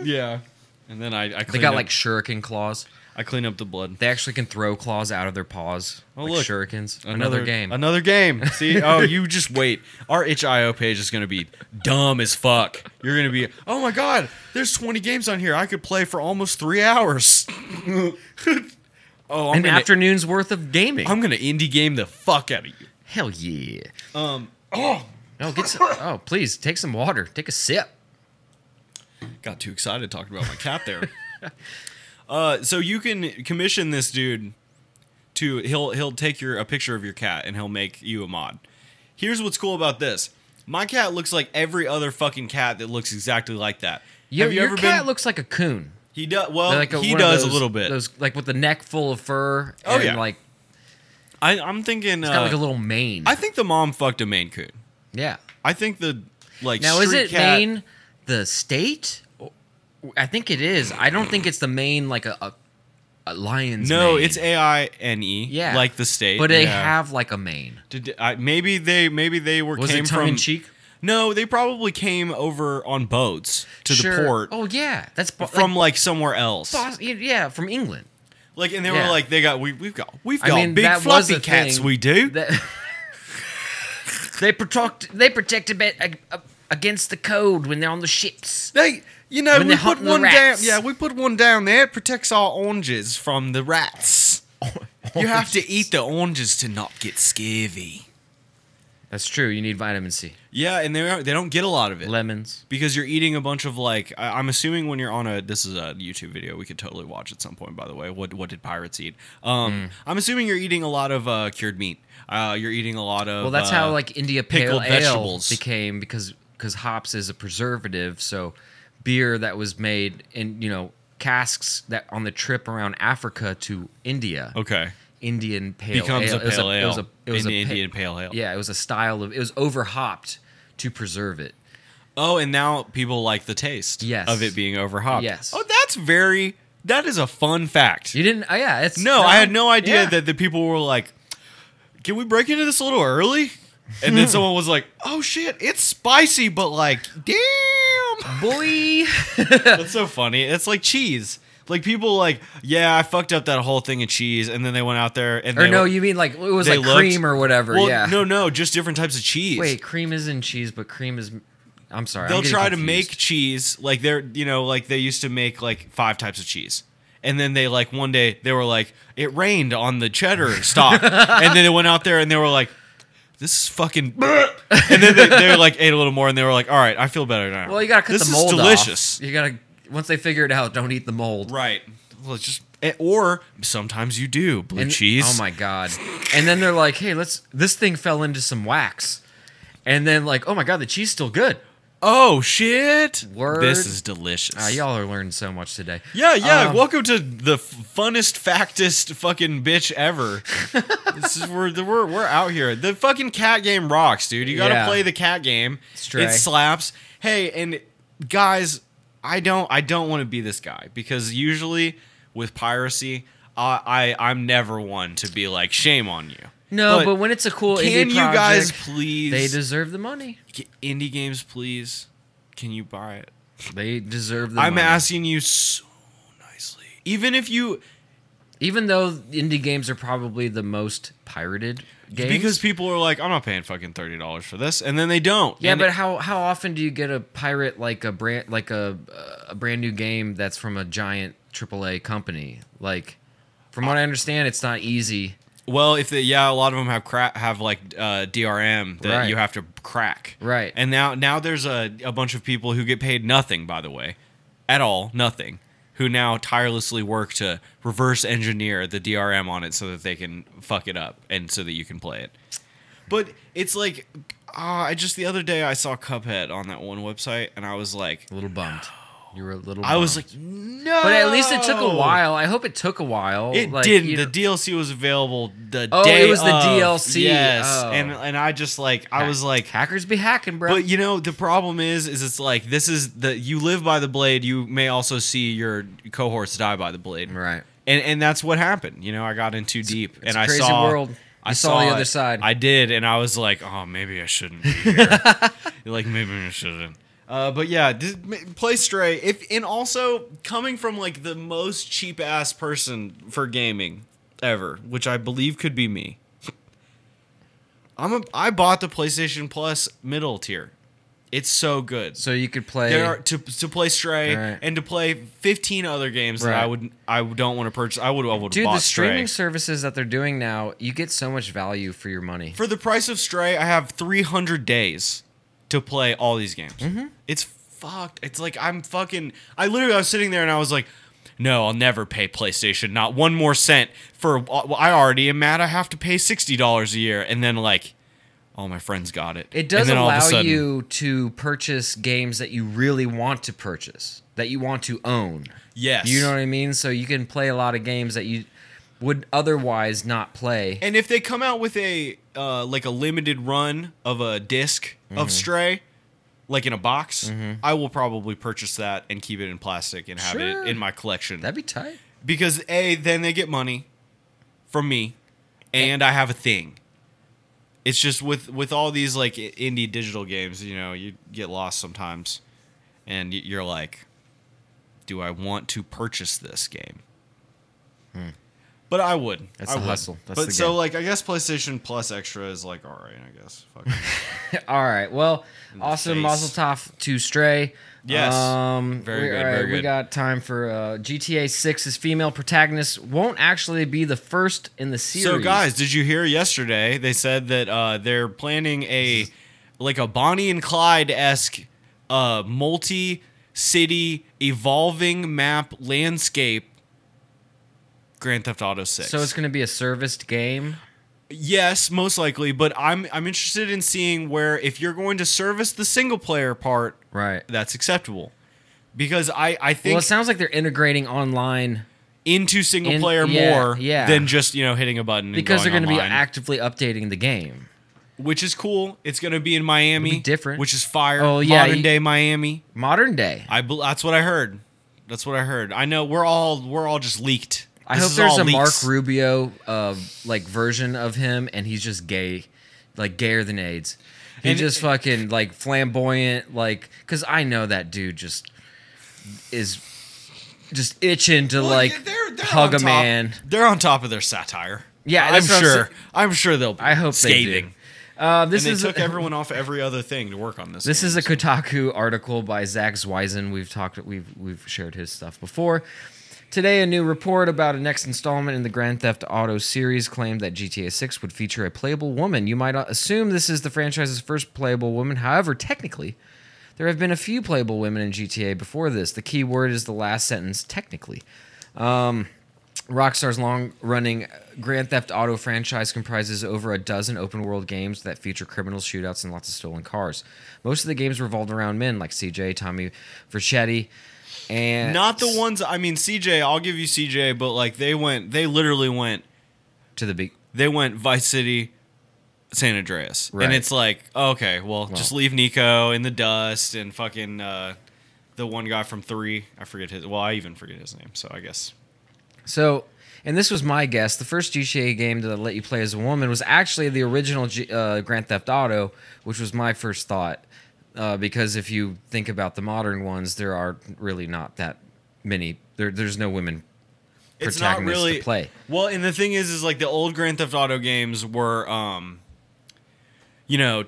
Speaker 2: yeah. And then I, I
Speaker 1: they
Speaker 2: clean
Speaker 1: got
Speaker 2: up,
Speaker 1: like shuriken claws.
Speaker 2: I clean up the blood.
Speaker 1: They actually can throw claws out of their paws.
Speaker 2: Oh,
Speaker 1: like
Speaker 2: look.
Speaker 1: shurikens. Another, game.
Speaker 2: Another game. See? Oh, you just wait. Our HIO page is going to be dumb as fuck. You're going to be, oh my God, there's 20 games on here. I could play for almost three hours. oh, I'm
Speaker 1: An
Speaker 2: going to
Speaker 1: afternoon's worth of gaming.
Speaker 2: I'm gonna indie game the fuck out of you.
Speaker 1: Hell yeah. Um. Oh. No, get some, oh, please take some water. Take a sip.
Speaker 2: Got too excited talking about my cat there. uh, so you can commission this dude to he'll he'll take your a picture of your cat and he'll make you a mod. Here's what's cool about this. My cat looks like every other fucking cat that looks exactly like that.
Speaker 1: Your,
Speaker 2: Have you
Speaker 1: your
Speaker 2: ever
Speaker 1: cat
Speaker 2: been?
Speaker 1: looks like a coon.
Speaker 2: He does well.
Speaker 1: like
Speaker 2: he
Speaker 1: one of
Speaker 2: does
Speaker 1: those-
Speaker 2: a little bit.
Speaker 1: Those like with the neck full of fur.
Speaker 2: Oh,
Speaker 1: and
Speaker 2: yeah.
Speaker 1: Like
Speaker 2: I, I'm thinking.
Speaker 1: it's got
Speaker 2: uh,
Speaker 1: like a little mane.
Speaker 2: I think the mom fucked a Maine Coon.
Speaker 1: yeah.
Speaker 2: I think the like.
Speaker 1: Now is
Speaker 2: street
Speaker 1: it
Speaker 2: cat,
Speaker 1: Maine the state? I think it is. I don't think it's the Maine like a, a, a lion's.
Speaker 2: No,
Speaker 1: mane.
Speaker 2: it's A I N E.
Speaker 1: yeah,
Speaker 2: like the state.
Speaker 1: But they
Speaker 2: yeah.
Speaker 1: have like a mane.
Speaker 2: Did, I, maybe they maybe they were
Speaker 1: Was
Speaker 2: came
Speaker 1: it tongue
Speaker 2: from
Speaker 1: in cheek?
Speaker 2: No, they probably came over on boats to the
Speaker 1: Sure.
Speaker 2: port
Speaker 1: Oh yeah, that's bo-
Speaker 2: from
Speaker 1: like,
Speaker 2: like somewhere else.
Speaker 1: Bos- yeah from England.
Speaker 2: Like, and they
Speaker 1: Yeah.
Speaker 2: were like, they got we we've got we've
Speaker 1: I
Speaker 2: got
Speaker 1: mean,
Speaker 2: Oh, big
Speaker 1: that was
Speaker 2: fluffy
Speaker 1: a
Speaker 2: cats.
Speaker 1: thing
Speaker 2: We do.
Speaker 1: that- they protect they protect a bit ag- uh, against the cold when they're on the ships.
Speaker 2: they, you know,
Speaker 1: When
Speaker 2: we
Speaker 1: they're
Speaker 2: put
Speaker 1: hunting the
Speaker 2: one down.
Speaker 1: rats.
Speaker 2: Yeah, we put one down there. It protects our oranges from the rats. You have to eat the oranges to not get scurvy.
Speaker 1: That's true. You need vitamin C.
Speaker 2: Yeah, and they don't- they don't get a lot of it.
Speaker 1: Lemons.
Speaker 2: because you're eating a bunch of like I, I'm assuming when you're on a this is a YouTube video we could totally watch at some point by the way what what did pirates eat
Speaker 1: Hmm.
Speaker 2: um I'm assuming you're eating a lot of uh, cured meat uh you're eating a lot of
Speaker 1: Well, that's
Speaker 2: uh,
Speaker 1: how like India pale
Speaker 2: pickled
Speaker 1: ale
Speaker 2: vegetables.
Speaker 1: became because because hops is a preservative. So beer that was made in you know casks that on the trip around Africa to India,
Speaker 2: okay
Speaker 1: Indian pale
Speaker 2: Oh. becomes
Speaker 1: ale
Speaker 2: a pale ale
Speaker 1: It was a, it was a,
Speaker 2: in
Speaker 1: pa-
Speaker 2: Indian pale ale
Speaker 1: Yeah, it was a style of it was over hopped to preserve it.
Speaker 2: oh and now people like the taste
Speaker 1: Yes.
Speaker 2: of it being over hopped
Speaker 1: Yes.
Speaker 2: oh that's very that is a fun fact
Speaker 1: You didn't? Oh, yeah, it's
Speaker 2: No, I had no idea
Speaker 1: yeah.
Speaker 2: that the people were like, "Can we break into this a little early?" And then someone was like, "Oh shit, it's spicy, but like, damn,
Speaker 1: boy.
Speaker 2: that's so funny. It's like cheese. Like people like, yeah, I fucked up that whole thing of cheese, and then they went out there and
Speaker 1: or
Speaker 2: they
Speaker 1: no,
Speaker 2: went-
Speaker 1: you mean like it was
Speaker 2: they
Speaker 1: like
Speaker 2: looked-
Speaker 1: cream or whatever?
Speaker 2: Well,
Speaker 1: yeah.
Speaker 2: no, no, just different types of cheese.
Speaker 1: Wait, cream is in cheese, but cream is. I'm sorry. I'm
Speaker 2: they'll
Speaker 1: getting
Speaker 2: try to
Speaker 1: confused.
Speaker 2: make cheese like they're you know like they used to make like five types of cheese and then they like one day they were like it rained on the cheddar stock and then they went out there and they were like this is fucking and then they, they like ate a little more and they were like all right i feel better now
Speaker 1: Well, you gotta cut
Speaker 2: this
Speaker 1: the mold
Speaker 2: is delicious
Speaker 1: off. You gotta once they figure it out, don't eat the mold.
Speaker 2: right let's just eh, or sometimes you do blue
Speaker 1: And-
Speaker 2: cheese
Speaker 1: Oh my god! And then they're like, "Hey, let's." This thing fell into some wax, and then like, "Oh my god, the cheese still good."
Speaker 2: oh shit
Speaker 1: Word.
Speaker 2: this is delicious
Speaker 1: Uh, y'all are learning so much today.
Speaker 2: Yeah, yeah.
Speaker 1: Um,
Speaker 2: Welcome to the f- funnest, factest fucking bitch ever. this is we're, we're we're out here. The fucking cat game rocks, dude. You gotta
Speaker 1: Yeah.
Speaker 2: play the cat game.
Speaker 1: Stray.
Speaker 2: It slaps. Hey, and guys, I don't I don't want to be this guy because usually with piracy, I, I I'm never one to be like shame on you.
Speaker 1: No, but, when it's a cool
Speaker 2: can
Speaker 1: indie
Speaker 2: you guys
Speaker 1: project,
Speaker 2: please
Speaker 1: They deserve the money.
Speaker 2: indie games please? Can you buy it?
Speaker 1: They deserve the.
Speaker 2: I'm
Speaker 1: money.
Speaker 2: asking you so nicely. Even if you
Speaker 1: Even though indie games are probably the most pirated games.
Speaker 2: Because people are like, I'm not paying fucking thirty dollars for this, and then they don't.
Speaker 1: yeah,
Speaker 2: And
Speaker 1: but how how often do you get a pirate like a brand like a a brand new game that's from a giant AAA company? Like, from what I understand, it's not easy.
Speaker 2: well, if they, yeah, a lot of them have cra- have like uh, DRM that
Speaker 1: Right.
Speaker 2: you have to crack.
Speaker 1: Right.
Speaker 2: And now now there's a a bunch of people who get paid nothing, by the way, at all, nothing, who now tirelessly work to reverse engineer the DRM on it so that they can fuck it up and so that you can play it. But it's like. uh, ah, I just the other day I saw Cuphead on that one website, and I was like,
Speaker 1: A little bummed. You were a little.
Speaker 2: I was
Speaker 1: bummed.
Speaker 2: like, no.
Speaker 1: but at least it took a while. I hope it took a while.
Speaker 2: It
Speaker 1: like,
Speaker 2: didn't.
Speaker 1: you
Speaker 2: The
Speaker 1: know-
Speaker 2: DLC was available the
Speaker 1: Oh, it
Speaker 2: day.
Speaker 1: was the
Speaker 2: of.
Speaker 1: DLC.
Speaker 2: Yes,
Speaker 1: Oh.
Speaker 2: and and I just like I was like,
Speaker 1: hackers be hacking, bro.
Speaker 2: but you know the problem is, is it's like this is the you live by the blade. You may also see your cohorts die by the blade,
Speaker 1: right.
Speaker 2: and and that's what happened. You know, I got in too deep,
Speaker 1: it's
Speaker 2: and
Speaker 1: a
Speaker 2: I
Speaker 1: crazy
Speaker 2: saw
Speaker 1: world.
Speaker 2: I
Speaker 1: You saw the other
Speaker 2: it.
Speaker 1: side.
Speaker 2: I did, and I was like, oh, maybe I shouldn't. Be here. like maybe I shouldn't. Uh, but yeah, just m- play Stray. If and also coming from like the most cheap ass person for gaming ever, which I believe could be me. I'm a, I bought the PlayStation Plus middle tier. It's so good
Speaker 1: So you could play.
Speaker 2: there are to to play Stray
Speaker 1: Alright.
Speaker 2: and to play 15 other games that
Speaker 1: Right.
Speaker 2: I would I don't want to purchase. I would I would
Speaker 1: Dude,
Speaker 2: bought
Speaker 1: the streaming
Speaker 2: Stray.
Speaker 1: services that they're doing now, you get so much value for your money.
Speaker 2: For the price of Stray, I have 300 days to play all these games.
Speaker 1: Mm-hmm.
Speaker 2: It's fucked. It's like I'm fucking. I literally I was sitting there and I was like. No, I'll never pay PlayStation. Not one more cent for. uh, Well, I already am mad. I have to pay sixty dollars a year, and then like, all my friends got it.
Speaker 1: It does
Speaker 2: and then all of a
Speaker 1: allow
Speaker 2: sudden-
Speaker 1: you to purchase games that you really want to purchase, that you want to own.
Speaker 2: Yes,
Speaker 1: You know what I mean? So you can play a lot of games that you would otherwise not play.
Speaker 2: And if they come out with a uh, like a limited run of a disk of Stray, like in a box, I will probably purchase that and keep it in plastic and have
Speaker 1: Sure.
Speaker 2: it in my collection.
Speaker 1: That'd be tight.
Speaker 2: because a then they get money from me, and I have a thing. It's just with with all these like i- indie digital games, you know, you get lost sometimes, and y- you're like, do I want to purchase this game? But I would.
Speaker 1: Hmm. That's
Speaker 2: I
Speaker 1: the
Speaker 2: would.
Speaker 1: hustle. That's
Speaker 2: but
Speaker 1: the
Speaker 2: so
Speaker 1: game.
Speaker 2: like I guess PlayStation Plus Extra is like all right. I guess. Fuck. it.
Speaker 1: All right. Well, awesome
Speaker 2: face.
Speaker 1: Mazel Tov to Stray.
Speaker 2: Yes.
Speaker 1: Um,
Speaker 2: Very
Speaker 1: we,
Speaker 2: good,
Speaker 1: all right,
Speaker 2: very
Speaker 1: We
Speaker 2: good.
Speaker 1: got time for uh, GTA 6's female protagonist won't actually be the first in the series.
Speaker 2: so guys, did you hear yesterday? They said that uh, they're planning a like a Bonnie and Clyde esque uh, multi city evolving map landscape. Grand Theft Auto Six.
Speaker 1: So it's going to be a serviced game.
Speaker 2: Yes, most likely, but I'm I'm interested in seeing where if you're going to service the single player part,
Speaker 1: Right.
Speaker 2: that's acceptable. Because I I think
Speaker 1: Well, it sounds like they're integrating online
Speaker 2: into single
Speaker 1: in-
Speaker 2: player
Speaker 1: yeah,
Speaker 2: more
Speaker 1: yeah.
Speaker 2: than just, you know, hitting a button and
Speaker 1: because they're
Speaker 2: going
Speaker 1: going to be
Speaker 2: online,
Speaker 1: actively updating the game.
Speaker 2: which is cool. It's going to be in Miami,
Speaker 1: It'll be different.
Speaker 2: which is fire
Speaker 1: Oh, yeah,
Speaker 2: modern
Speaker 1: you-
Speaker 2: day Miami.
Speaker 1: Modern day.
Speaker 2: I bel that's what I heard. That's what I heard. I know we're all we're all just leaked.
Speaker 1: I
Speaker 2: This
Speaker 1: hope
Speaker 2: is
Speaker 1: there's
Speaker 2: all
Speaker 1: a Mark
Speaker 2: leaks.
Speaker 1: Rubio uh, like version of him, and he's just gay, like gayer than AIDS. He
Speaker 2: And-
Speaker 1: just fucking like flamboyant, like because I know that dude just is just itching to
Speaker 2: Well,
Speaker 1: like
Speaker 2: they're- they're on
Speaker 1: hug a
Speaker 2: top-
Speaker 1: man.
Speaker 2: They're on top of their satire.
Speaker 1: Yeah,
Speaker 2: I'm
Speaker 1: that's what I'm
Speaker 2: sure.
Speaker 1: sa-
Speaker 2: I'm, sure they'll. Be
Speaker 1: I hope
Speaker 2: scathing.
Speaker 1: they do. Uh, this
Speaker 2: and
Speaker 1: is
Speaker 2: they took everyone off every other thing to work on this.
Speaker 1: This
Speaker 2: game,
Speaker 1: is a
Speaker 2: so-
Speaker 1: Kotaku article by Zach Zweisen. We've talked, we've we've shared his stuff before. Today, a new report about a next installment in the Grand Theft Auto series claimed that GTA 6 would feature a playable woman. You might uh, assume this is the franchise's first playable woman. However, technically, there have been a few playable women in GTA before this. The key word is the last sentence, technically. Rockstar's long running Grand Theft Auto franchise comprises over a dozen open world games that feature criminal shootouts and lots of stolen cars. Most of the games revolved around men like CJ, Tommy Vercetti, and.
Speaker 2: not the ones. I mean, CJ. I'll give you CJ, but like they went. They literally went.
Speaker 1: To the big.
Speaker 2: They went Vice City, San Andreas,
Speaker 1: Right.
Speaker 2: and it's like okay, well, just leave Nico in the dust and fucking uh, the one guy from three. I forget his. Well, I even forget his name. So I guess
Speaker 1: So, and this was my guess. The first GTA game that let you play as a woman was actually the original G, uh, Grand Theft Auto, which was my first thought. Uh, because if you think about the modern ones, there are really not that many. There, there's no women protagonists to play.
Speaker 2: Well, and the thing is, is like the old Grand Theft Auto games were, um, you know,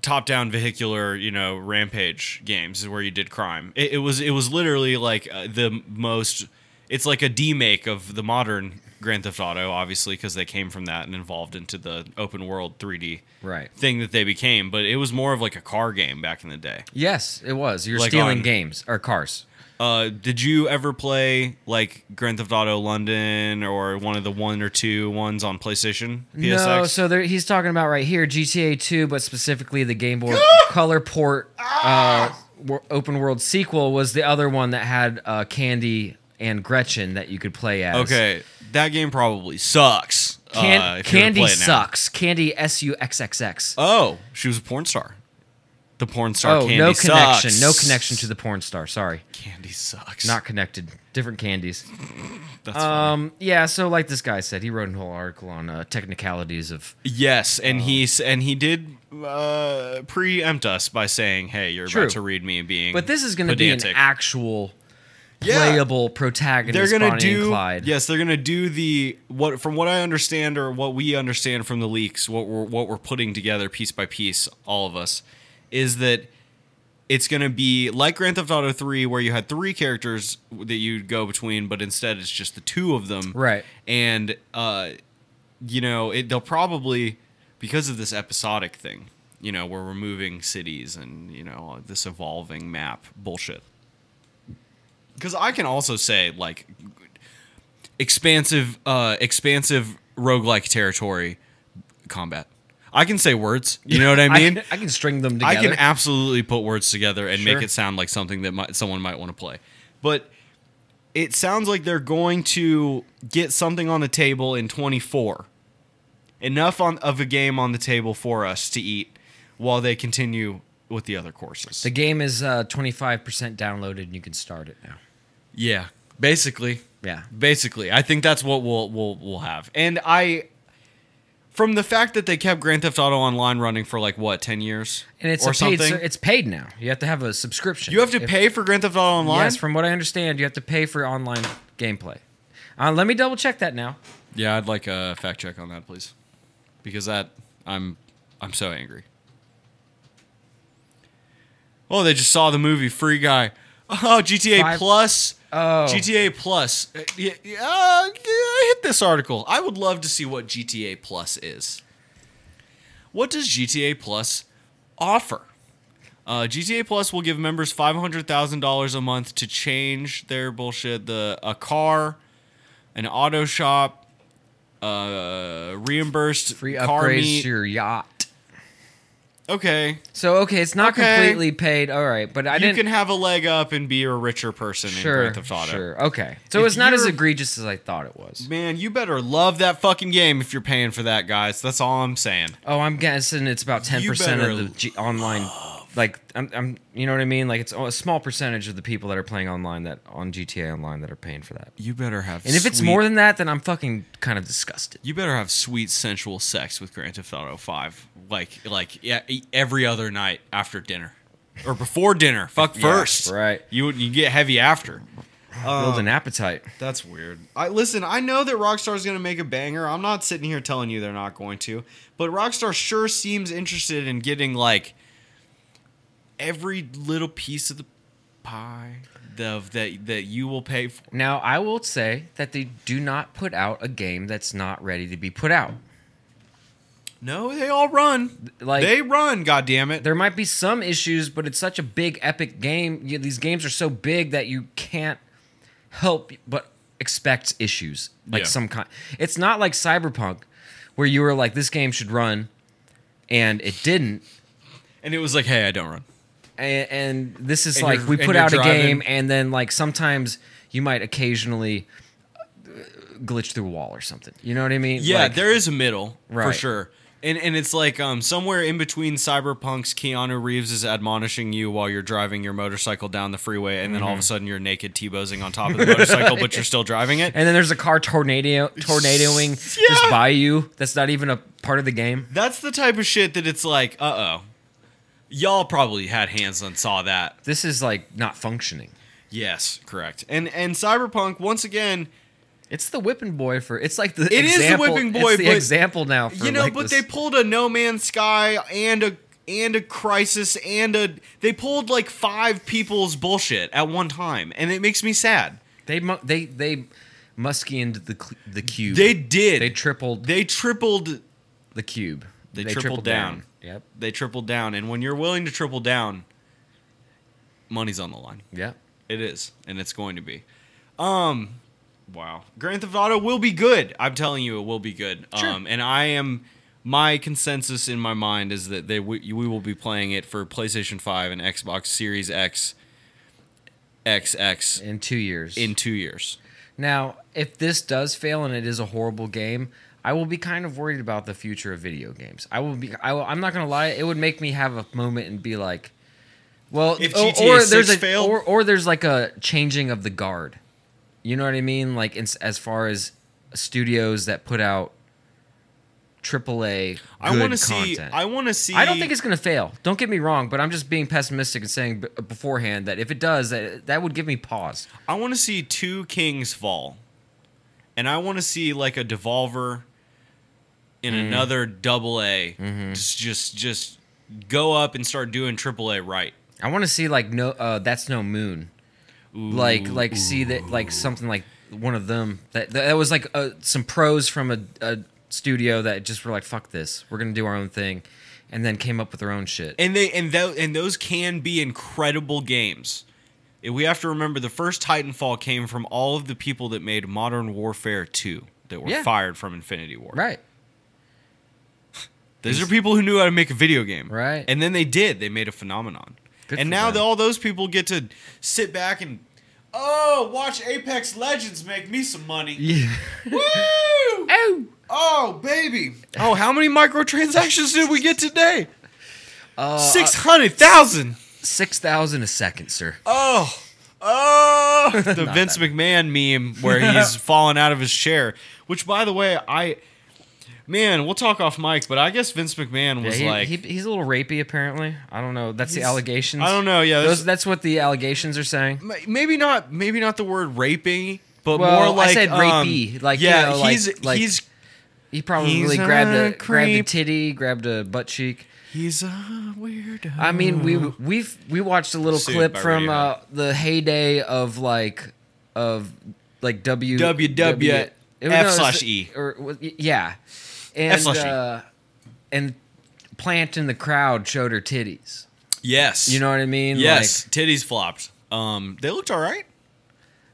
Speaker 2: top-down vehicular, you know, rampage games where you did crime. It, it was it was literally like uh, the most. It's like a demake of the modern Grand Theft Auto, obviously, because they came from that and evolved into the open world 3D
Speaker 1: Right.
Speaker 2: thing that they became. But it was more of like a car game back in the day.
Speaker 1: Yes, it was. You're
Speaker 2: Like
Speaker 1: stealing
Speaker 2: on-
Speaker 1: games or cars.
Speaker 2: Uh, did you ever play like Grand Theft Auto London or one of the one or two ones on PlayStation? PSX?
Speaker 1: No, so there, he's talking about right here GTA 2, but specifically the Game Boy Color port uh, wor- open world sequel was the other one that had uh, Candy and Gretchen that you could play as.
Speaker 2: Okay, that game probably sucks. uh,
Speaker 1: Can-
Speaker 2: if you were to
Speaker 1: Candy
Speaker 2: play it now.
Speaker 1: sucks. Candy S U X X X.
Speaker 2: Oh, she was a porn star. The porn star
Speaker 1: Oh,
Speaker 2: Candy
Speaker 1: no
Speaker 2: sucks.
Speaker 1: connection. No connection to the porn star. Sorry.
Speaker 2: Candy sucks.
Speaker 1: Not connected. Different candies.
Speaker 2: That's funny.
Speaker 1: Um, yeah, so like this guy said, he wrote a whole article on uh, technicalities of.
Speaker 2: Yes,
Speaker 1: Oh.
Speaker 2: and he s- and he did uh, preempt us by saying, "Hey, you're
Speaker 1: True.
Speaker 2: about to read me being."
Speaker 1: But this is going to be an
Speaker 2: pedantic.
Speaker 1: actual
Speaker 2: Yeah.
Speaker 1: playable protagonist.
Speaker 2: They're
Speaker 1: going
Speaker 2: gonna
Speaker 1: to
Speaker 2: do
Speaker 1: And Clyde.
Speaker 2: yes. They're gonna do the what from what I understand or what we understand from the leaks. What we're what we're putting together piece by piece, all of us, is that it's gonna be like Grand Theft Auto Three, where you had three characters that you'd go between, but instead it's just the two of them.
Speaker 1: Right.
Speaker 2: And uh, you know, it they'll probably because of this episodic thing. You know, where we're moving cities and you know this evolving map bullshit. Because I can also say like expansive uh expansive roguelike territory combat. I can say words. You know what I mean?
Speaker 1: I can, I can string them
Speaker 2: I
Speaker 1: together.
Speaker 2: can absolutely put words together and
Speaker 1: Sure.
Speaker 2: make it sound like something that might, someone might want to play. But it sounds like they're going to get something on the table in 24. Enough on, of a game on the table for us to eat while they continue with the other courses.
Speaker 1: the game is uh, 25% downloaded and you can start it now.
Speaker 2: yeah, basically.
Speaker 1: Yeah.
Speaker 2: Basically, I think that's what we'll we'll we'll have. And I from the fact that they kept Grand Theft Auto Online running for like what, 10 years
Speaker 1: And it's
Speaker 2: or
Speaker 1: a paid,
Speaker 2: something.
Speaker 1: ser- it's paid now. You have to have a subscription.
Speaker 2: you have to
Speaker 1: If-
Speaker 2: pay for Grand Theft Auto Online?
Speaker 1: Yes, from what I understand, you have to pay for online gameplay. Uh, let me double check that now.
Speaker 2: Yeah, I'd like a fact check on that, please, because that I'm I'm so angry. Oh, they just saw the movie Free Guy. Oh, GTA
Speaker 1: Five-
Speaker 2: Plus.
Speaker 1: Oh.
Speaker 2: GTA Plus. Uh, yeah, yeah, uh, yeah, hit this article. I would love to see what GTA Plus is. What does GTA Plus offer? Uh, GTA Plus will give members five hundred thousand dollars a month to change their bullshit. The a car, an auto shop, uh, reimbursed
Speaker 1: Free
Speaker 2: car
Speaker 1: upgrades
Speaker 2: meet.
Speaker 1: to your yacht.
Speaker 2: okay,
Speaker 1: So okay, it's not
Speaker 2: Okay.
Speaker 1: completely paid. All right, but I
Speaker 2: you
Speaker 1: didn't.
Speaker 2: can have a leg up and be a richer person
Speaker 1: sure,
Speaker 2: in Grand Theft Auto.
Speaker 1: sure. Okay, so
Speaker 2: If
Speaker 1: it's not as
Speaker 2: you're-
Speaker 1: egregious as I thought it was.
Speaker 2: Man, you better love that fucking game if you're paying for that, guys. That's all I'm saying.
Speaker 1: Oh, I'm guessing it's about ten percent
Speaker 2: better
Speaker 1: of the G- online. Like I'm, I'm, you know what I mean? Like it's a small percentage of the people that are playing online that on GTA Online that are paying for that.
Speaker 2: You better have.
Speaker 1: And if it's
Speaker 2: sweet-
Speaker 1: more than that, then I'm fucking kind of disgusted.
Speaker 2: you better have sweet sensual sex with Grand Theft Auto Five, like like yeah, e- every other night after dinner, or before dinner. Fuck first,
Speaker 1: right.
Speaker 2: You you get heavy after.
Speaker 1: Build
Speaker 2: Uh,
Speaker 1: an appetite.
Speaker 2: That's weird. I listen. I know that Rockstar's gonna make a banger. I'm not sitting here telling you they're not going to, but Rockstar sure seems interested in getting like every little piece of the pie of that that you will pay for.
Speaker 1: Now, I will say that they do not put out a game that's not ready to be put out.
Speaker 2: No, they all run.
Speaker 1: Like-
Speaker 2: they run. God damn it.
Speaker 1: There might be some issues, but it's such a big, epic game. You- these games are so big that you can't help but expect issues, like
Speaker 2: Yeah.
Speaker 1: some kind. It's not like Cyberpunk, where you were like, "This game should run," and it didn't.
Speaker 2: And it was like, hey, I don't run.
Speaker 1: and, and this is
Speaker 2: And
Speaker 1: like
Speaker 2: you're-
Speaker 1: we
Speaker 2: and
Speaker 1: put
Speaker 2: you're
Speaker 1: out a
Speaker 2: driving.
Speaker 1: game and then like sometimes you might occasionally uh, glitch through a wall or something you know what i mean
Speaker 2: Yeah,
Speaker 1: Like,
Speaker 2: there is a middle for
Speaker 1: Right.
Speaker 2: sure. And and it's like um somewhere in between Cyberpunk's Keanu Reeves is admonishing you while you're driving your motorcycle down the freeway, and then
Speaker 1: Mm-hmm.
Speaker 2: all of a sudden you're naked T-bozing on top of the motorcycle, but you're still driving it.
Speaker 1: and then there's a car tornado tornadoing just
Speaker 2: Yeah.
Speaker 1: by you that's not even a part of the game
Speaker 2: That's the type of shit that it's like, uh oh, y'all probably had hands on saw that.
Speaker 1: this is like not functioning
Speaker 2: Yes, correct. And and Cyberpunk once again,
Speaker 1: it's the whipping boy for it's like the
Speaker 2: It is the
Speaker 1: example-
Speaker 2: whipping boy,
Speaker 1: it's the
Speaker 2: but-
Speaker 1: example now for
Speaker 2: you know,
Speaker 1: like
Speaker 2: but
Speaker 1: this-
Speaker 2: they pulled a No Man's Sky and a and a crisis and a they pulled like five people's bullshit at one time, and it makes me sad.
Speaker 1: they mu- they they musky into the cl- the cube
Speaker 2: They did.
Speaker 1: they tripled
Speaker 2: They tripled.
Speaker 1: the cube
Speaker 2: They tripled down.
Speaker 1: yep
Speaker 2: They tripled down, and when you're willing to triple down, money's on the line.
Speaker 1: yep
Speaker 2: It is, and it's going to be. Um, wow. Grand Theft Auto will be good. I'm telling you, it will be good. Um, and I am my consensus in my mind is that they we, we will be playing it for PlayStation Five and Xbox Series X, XX
Speaker 1: in two years.
Speaker 2: in two years.
Speaker 1: now, if this does fail and it is a horrible game, I will be kind of worried about the future of video games. I will be. I will, I'm not gonna lie. It would make me have a moment and be like, well,
Speaker 2: If
Speaker 1: o-
Speaker 2: GTA
Speaker 1: or
Speaker 2: 6
Speaker 1: there's a
Speaker 2: failed-
Speaker 1: or or there's like a changing of the guard. You know what I mean? Like in, as far as studios that put out AAA good
Speaker 2: I want to see.
Speaker 1: content.
Speaker 2: I want to see.
Speaker 1: I don't think it's going to fail. Don't get me wrong, but I'm just being pessimistic and saying b- beforehand that if it does, that that would give me pause.
Speaker 2: I want to see two kings fall, and I want to see like a devolver in
Speaker 1: Mm-hmm.
Speaker 2: another double A just just just go up and start doing triple A right.
Speaker 1: I want to see like no, uh, that's no moon, like like see that like something like one of them that that, that was like uh, some pros from a, a studio that just were like fuck this, we're going to do our own thing, and then came up with their own shit.
Speaker 2: and they and tho- and those can be incredible games. And We have to remember the first Titanfall came from all of the people that made Modern Warfare 2 that were
Speaker 1: Yeah.
Speaker 2: fired from Infinity War.
Speaker 1: right,
Speaker 2: These are people who knew how to make a video game.
Speaker 1: Right.
Speaker 2: And then they did. They made a phenomenon.
Speaker 1: Good
Speaker 2: and
Speaker 1: for
Speaker 2: now
Speaker 1: them.
Speaker 2: that all those people get to sit back and oh, watch Apex Legends make me some money.
Speaker 1: yeah,
Speaker 2: Woo!
Speaker 1: oh,
Speaker 2: Oh, baby. Oh, how many microtransactions did we get today?
Speaker 1: uh,
Speaker 2: Six hundred thousand.
Speaker 1: six thousand a second, sir.
Speaker 2: Oh, oh, the Vince McMahon meme where he's falling out of his chair. Which, by the way, I man, we'll talk off mic, but I guess Vince McMahon
Speaker 1: Yeah,
Speaker 2: was
Speaker 1: he,
Speaker 2: like,
Speaker 1: he- he's a little rapey, apparently. I don't know. That's the
Speaker 2: He's-
Speaker 1: allegations.
Speaker 2: I don't know, yeah, that's-
Speaker 1: Those, that's what the allegations are saying.
Speaker 2: m- maybe not, maybe not the word raping, but
Speaker 1: Well, I
Speaker 2: more like
Speaker 1: said
Speaker 2: um,
Speaker 1: rapey, like, you
Speaker 2: yeah,
Speaker 1: know, like-
Speaker 2: he's
Speaker 1: like-
Speaker 2: he's
Speaker 1: He probably
Speaker 2: He's
Speaker 1: grabbed
Speaker 2: a
Speaker 1: a grabbed a
Speaker 2: creep.
Speaker 1: titty, grabbed a butt cheek.
Speaker 2: he's a weirdo.
Speaker 1: I mean, we we've we watched a little
Speaker 2: Mm. Sued
Speaker 1: clip
Speaker 2: by
Speaker 1: from
Speaker 2: Radiohead.
Speaker 1: uh, the heyday of like of like W
Speaker 2: WW
Speaker 1: W- it was-
Speaker 2: F
Speaker 1: no, it was
Speaker 2: slash
Speaker 1: the-
Speaker 2: E.
Speaker 1: or was- y- yeah, and
Speaker 2: slash E.
Speaker 1: uh, and Plant in the crowd showed her titties.
Speaker 2: yes,
Speaker 1: You know what I mean?
Speaker 2: yes,
Speaker 1: Like,
Speaker 2: titties flopped. Um, they looked all right.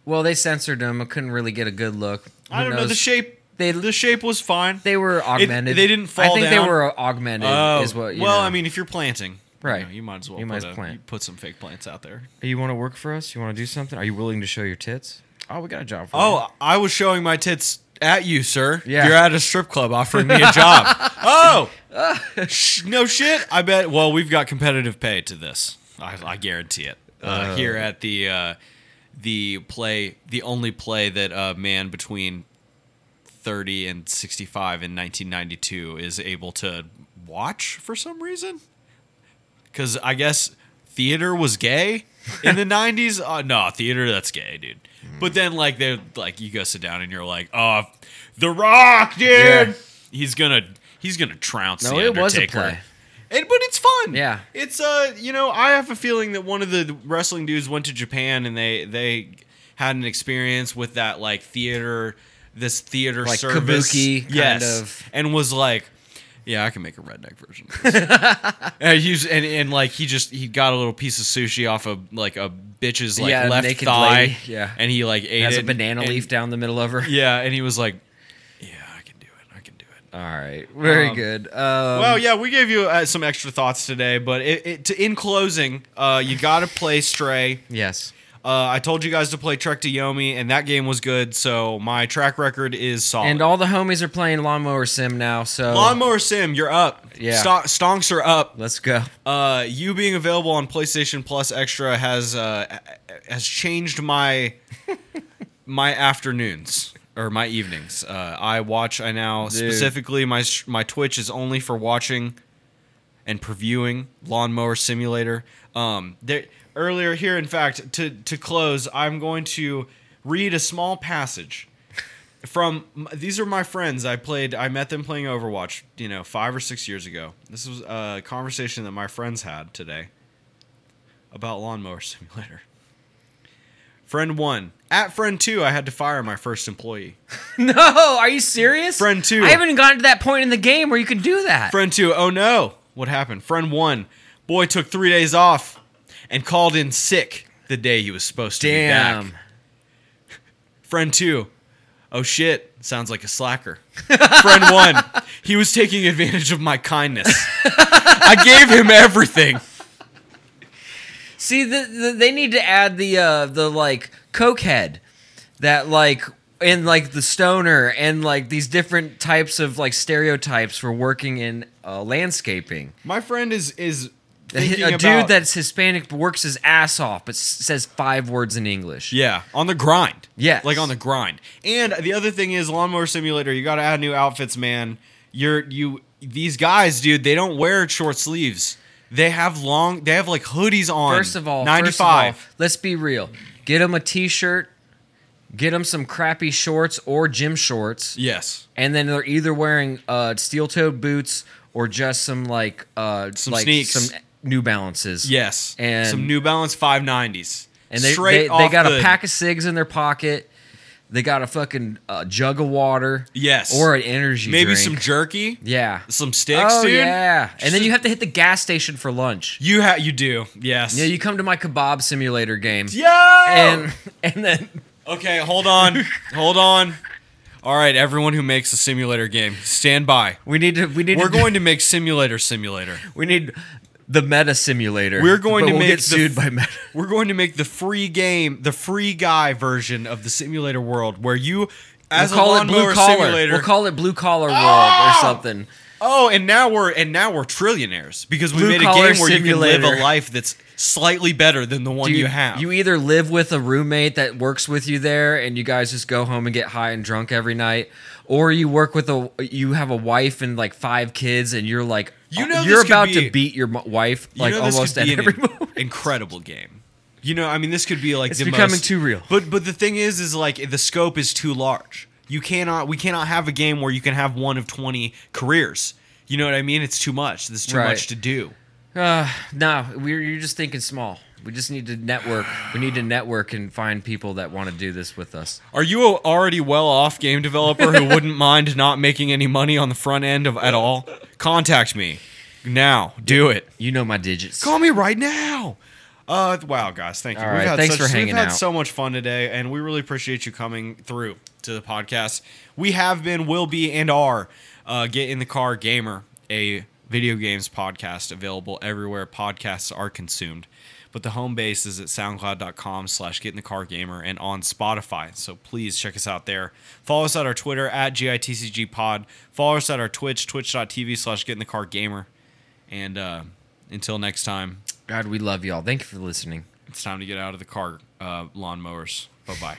Speaker 1: well, they censored them. I couldn't really get a good look.
Speaker 2: I
Speaker 1: Who
Speaker 2: don't know the
Speaker 1: knows?
Speaker 2: shape.
Speaker 1: They-
Speaker 2: the shape was fine.
Speaker 1: They were augmented.
Speaker 2: they didn't
Speaker 1: I
Speaker 2: fall
Speaker 1: think
Speaker 2: down? Oh,
Speaker 1: they were augmented. is what? You
Speaker 2: well,
Speaker 1: know.
Speaker 2: I mean, if you're planting,
Speaker 1: Right.
Speaker 2: you, know, you might as well
Speaker 1: You
Speaker 2: put
Speaker 1: might as
Speaker 2: a-
Speaker 1: plant.
Speaker 2: you put some fake plants out there.
Speaker 1: Hey, you want to work for us? You want to do something? Are you willing to show your tits? Oh, we got a job for you.
Speaker 2: Oh, I was showing my tits at you, sir.
Speaker 1: Yeah.
Speaker 2: You're at a strip club offering me a job. oh, Sh- no shit. I bet. Well, we've got competitive pay to this. I, I guarantee it. Uh, here at the uh, the play, the only play that a man between thirty and sixty five in nineteen ninety two is able to watch for some reason. Because I guess theater was gay in the nineties. Uh, no, theater that's gay, dude.
Speaker 1: Mm.
Speaker 2: But then like they like you go sit down and you're like, oh, The Rock, dude.
Speaker 1: Yeah.
Speaker 2: He's gonna he's gonna trounce
Speaker 1: No,
Speaker 2: the
Speaker 1: it was a
Speaker 2: Undertaker.
Speaker 1: play.
Speaker 2: And, but it's fun.
Speaker 1: Yeah.
Speaker 2: It's uh, you know, I have a feeling that one of the wrestling dudes went to Japan and they they had an experience with that like theater, this theater
Speaker 1: Like
Speaker 2: service,
Speaker 1: kabuki kind
Speaker 2: yes,
Speaker 1: of-
Speaker 2: and was like, yeah, I can make a redneck version. Of this. and, he was, and and like he just he got a little piece of sushi off of like a bitch's like
Speaker 1: Yeah,
Speaker 2: left
Speaker 1: naked
Speaker 2: thigh,
Speaker 1: lady, yeah.
Speaker 2: and he like ate
Speaker 1: has
Speaker 2: it
Speaker 1: a banana
Speaker 2: and-
Speaker 1: leaf down the middle of her.
Speaker 2: yeah, and he was like, yeah, I can do it, I can do it.
Speaker 1: All right, very
Speaker 2: Um,
Speaker 1: good. Um,
Speaker 2: Well, yeah, we gave you uh, some extra thoughts today, but it, it, to, in closing, uh, you got to play Stray.
Speaker 1: yes,
Speaker 2: Uh, I told you guys to play Trek to Yomi, and that game was good, so my track record is solid.
Speaker 1: and all the homies are playing lawnmower sim now. So
Speaker 2: Lawnmower Sim, you're up.
Speaker 1: Yeah.
Speaker 2: Sto- stonks are up.
Speaker 1: let's go.
Speaker 2: Uh, you being available on PlayStation Plus Extra has uh, has changed my my afternoons or my evenings. Uh, I watch. I now specifically my sh- my Twitch is only for watching and previewing Lawnmower Simulator. Um, there, earlier here, in fact, to to close, I'm going to read a small passage from these are my friends i played i met them playing overwatch you know five or six years ago this was a conversation that my friends had today about lawnmower simulator friend one at friend two i had to fire my first employee
Speaker 1: No, are you serious?
Speaker 2: Friend two.
Speaker 1: I haven't even gotten to that point in the game where you can do that.
Speaker 2: friend two oh no what happened friend one boy took three days off and called in sick the day he was supposed to be back
Speaker 1: Damn.
Speaker 2: Friend two, oh shit, Sounds like a slacker. Friend one, he was taking advantage of my kindness. I gave him everything.
Speaker 1: See, the, the, they need to add the uh, the like coke head that like and like the stoner and like these different types of like stereotypes for working in uh, landscaping.
Speaker 2: My friend is is
Speaker 1: A, hi-
Speaker 2: thinking
Speaker 1: a
Speaker 2: about-
Speaker 1: dude that's Hispanic but works his ass off but s- says five words in English.
Speaker 2: Yeah, on the grind.
Speaker 1: Yes.
Speaker 2: like on the grind. And the other thing is, lawnmower simulator. You got to add new outfits, man. You're you these guys, dude. They don't wear short sleeves. They have long. They have like hoodies on.
Speaker 1: First of all,
Speaker 2: ninety
Speaker 1: first of all,
Speaker 2: five.
Speaker 1: let's be real. Get him a t-shirt. Get him some crappy shorts or gym shorts.
Speaker 2: Yes,
Speaker 1: and then they're either wearing uh, steel-toed boots or just some like uh,
Speaker 2: Some
Speaker 1: like
Speaker 2: sneaks.
Speaker 1: some New Balances.
Speaker 2: yes.
Speaker 1: and
Speaker 2: some New Balance five nineties.
Speaker 1: and they they, they got a pack of cigs in their pocket. They got a fucking uh, jug of water.
Speaker 2: Yes.
Speaker 1: or an energy
Speaker 2: maybe
Speaker 1: drink.
Speaker 2: some jerky,
Speaker 1: yeah.
Speaker 2: some sticks,
Speaker 1: Oh
Speaker 2: dude.
Speaker 1: yeah, and then
Speaker 2: Just-
Speaker 1: you have to hit the gas station for lunch.
Speaker 2: You ha- you do. Yes.
Speaker 1: Yeah, you come to my kebab simulator game.
Speaker 2: Yo!
Speaker 1: and and then
Speaker 2: Okay, hold on. hold on. All right, everyone who makes a simulator game, stand by.
Speaker 1: we need to we need
Speaker 2: We're
Speaker 1: to do-
Speaker 2: going to make simulator simulator.
Speaker 1: we need the meta simulator.
Speaker 2: We're going to
Speaker 1: but we'll
Speaker 2: make
Speaker 1: get
Speaker 2: the-
Speaker 1: sued by meta.
Speaker 2: We're going to make the free game, the free guy version of the simulator world where you as
Speaker 1: we'll call
Speaker 2: a
Speaker 1: it blue
Speaker 2: lawnmower
Speaker 1: collar.
Speaker 2: simulator.
Speaker 1: We'll call it blue collar world
Speaker 2: Ah!
Speaker 1: or something.
Speaker 2: oh, and now we're and now we're trillionaires because we
Speaker 1: Blue
Speaker 2: made a
Speaker 1: collar
Speaker 2: game where you can live
Speaker 1: simulator.
Speaker 2: a life that's slightly better than the one you, have.
Speaker 1: You either live with a roommate that works with you there, and you guys just go home and get high and drunk every night, or you work with a you have a wife and like five kids, and you're like
Speaker 2: You know this
Speaker 1: you're
Speaker 2: could
Speaker 1: about
Speaker 2: be-
Speaker 1: to beat your mo- wife
Speaker 2: You
Speaker 1: like
Speaker 2: know this
Speaker 1: almost
Speaker 2: could
Speaker 1: at
Speaker 2: be an
Speaker 1: every
Speaker 2: in-
Speaker 1: moment.
Speaker 2: Incredible game. You know, I mean, this could be like
Speaker 1: It's
Speaker 2: the
Speaker 1: becoming
Speaker 2: most-
Speaker 1: too real.
Speaker 2: But but the thing is, is like the scope is too large. You cannot we cannot have a game where you can have one of twenty careers. You know what I mean? It's too much. There's too
Speaker 1: Right.
Speaker 2: much to do.
Speaker 1: Uh, no, we're you're just thinking small. We just need to network. We need to network and find people that want to do this with us.
Speaker 2: Are you a already well off game developer who wouldn't mind not making any money on the front end of at all? Contact me now. Do it.
Speaker 1: You know my digits.
Speaker 2: Call me right now. Uh, wow, guys, thank you.
Speaker 1: All right, thanks for hanging
Speaker 2: We've had
Speaker 1: out.
Speaker 2: so much fun today, and we really appreciate you coming through to the podcast. We have been, will be, and are uh, get in the car gamer, a video games podcast available everywhere podcasts are consumed. But the home base is at soundcloud.com slash get in the car gamer and on Spotify. So please check us out there. Follow us at our Twitter at GITCG pod. Follow us at our Twitch, twitch.tv slash get in the car gamer. And uh, until next time,
Speaker 1: God, we love y'all. Thank you for listening.
Speaker 2: it's time to get out of the car uh, lawnmowers. Bye bye.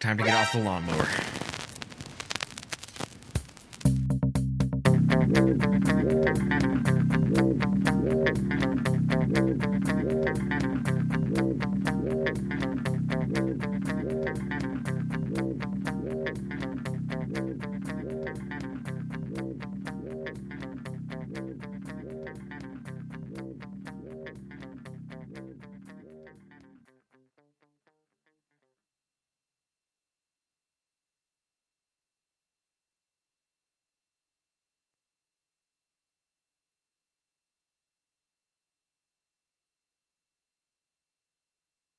Speaker 1: Time to get off the lawnmower.